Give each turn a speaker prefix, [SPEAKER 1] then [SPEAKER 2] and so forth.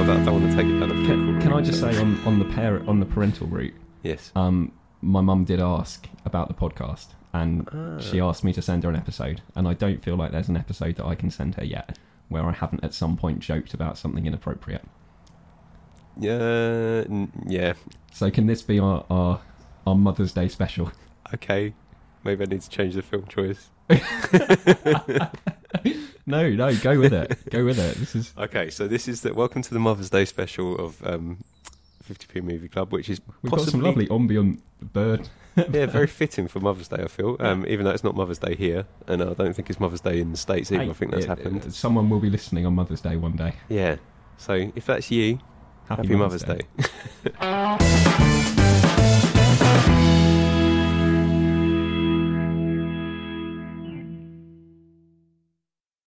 [SPEAKER 1] I don't want to take it down the
[SPEAKER 2] Can, can I just say on, on the parent on the parental route,
[SPEAKER 1] Yes.
[SPEAKER 2] um, my mum did ask about the podcast, and she asked me to send her an episode, and I don't feel like there's an episode that I can send her yet where I haven't at some point joked about something inappropriate.
[SPEAKER 1] Yeah. n- Yeah.
[SPEAKER 2] So can this be our our, our Mother's Day special?
[SPEAKER 1] Okay. Maybe I need to change the film choice.
[SPEAKER 2] No, no, go with it, go with it. This is
[SPEAKER 1] Okay, so this is the Welcome to the Mother's Day special of um, 50p Movie Club, which is
[SPEAKER 2] we've got some
[SPEAKER 1] possibly
[SPEAKER 2] lovely ambient bird.
[SPEAKER 1] yeah, very fitting for Mother's Day. I feel, um, even though it's not Mother's Day here, and I don't think it's Mother's Day in the states either. I think that's
[SPEAKER 2] Hey,
[SPEAKER 1] happened.
[SPEAKER 2] Someone will be listening on Mother's Day one day.
[SPEAKER 1] yeah. So if that's you,
[SPEAKER 2] Happy,
[SPEAKER 1] Happy Mother's Day.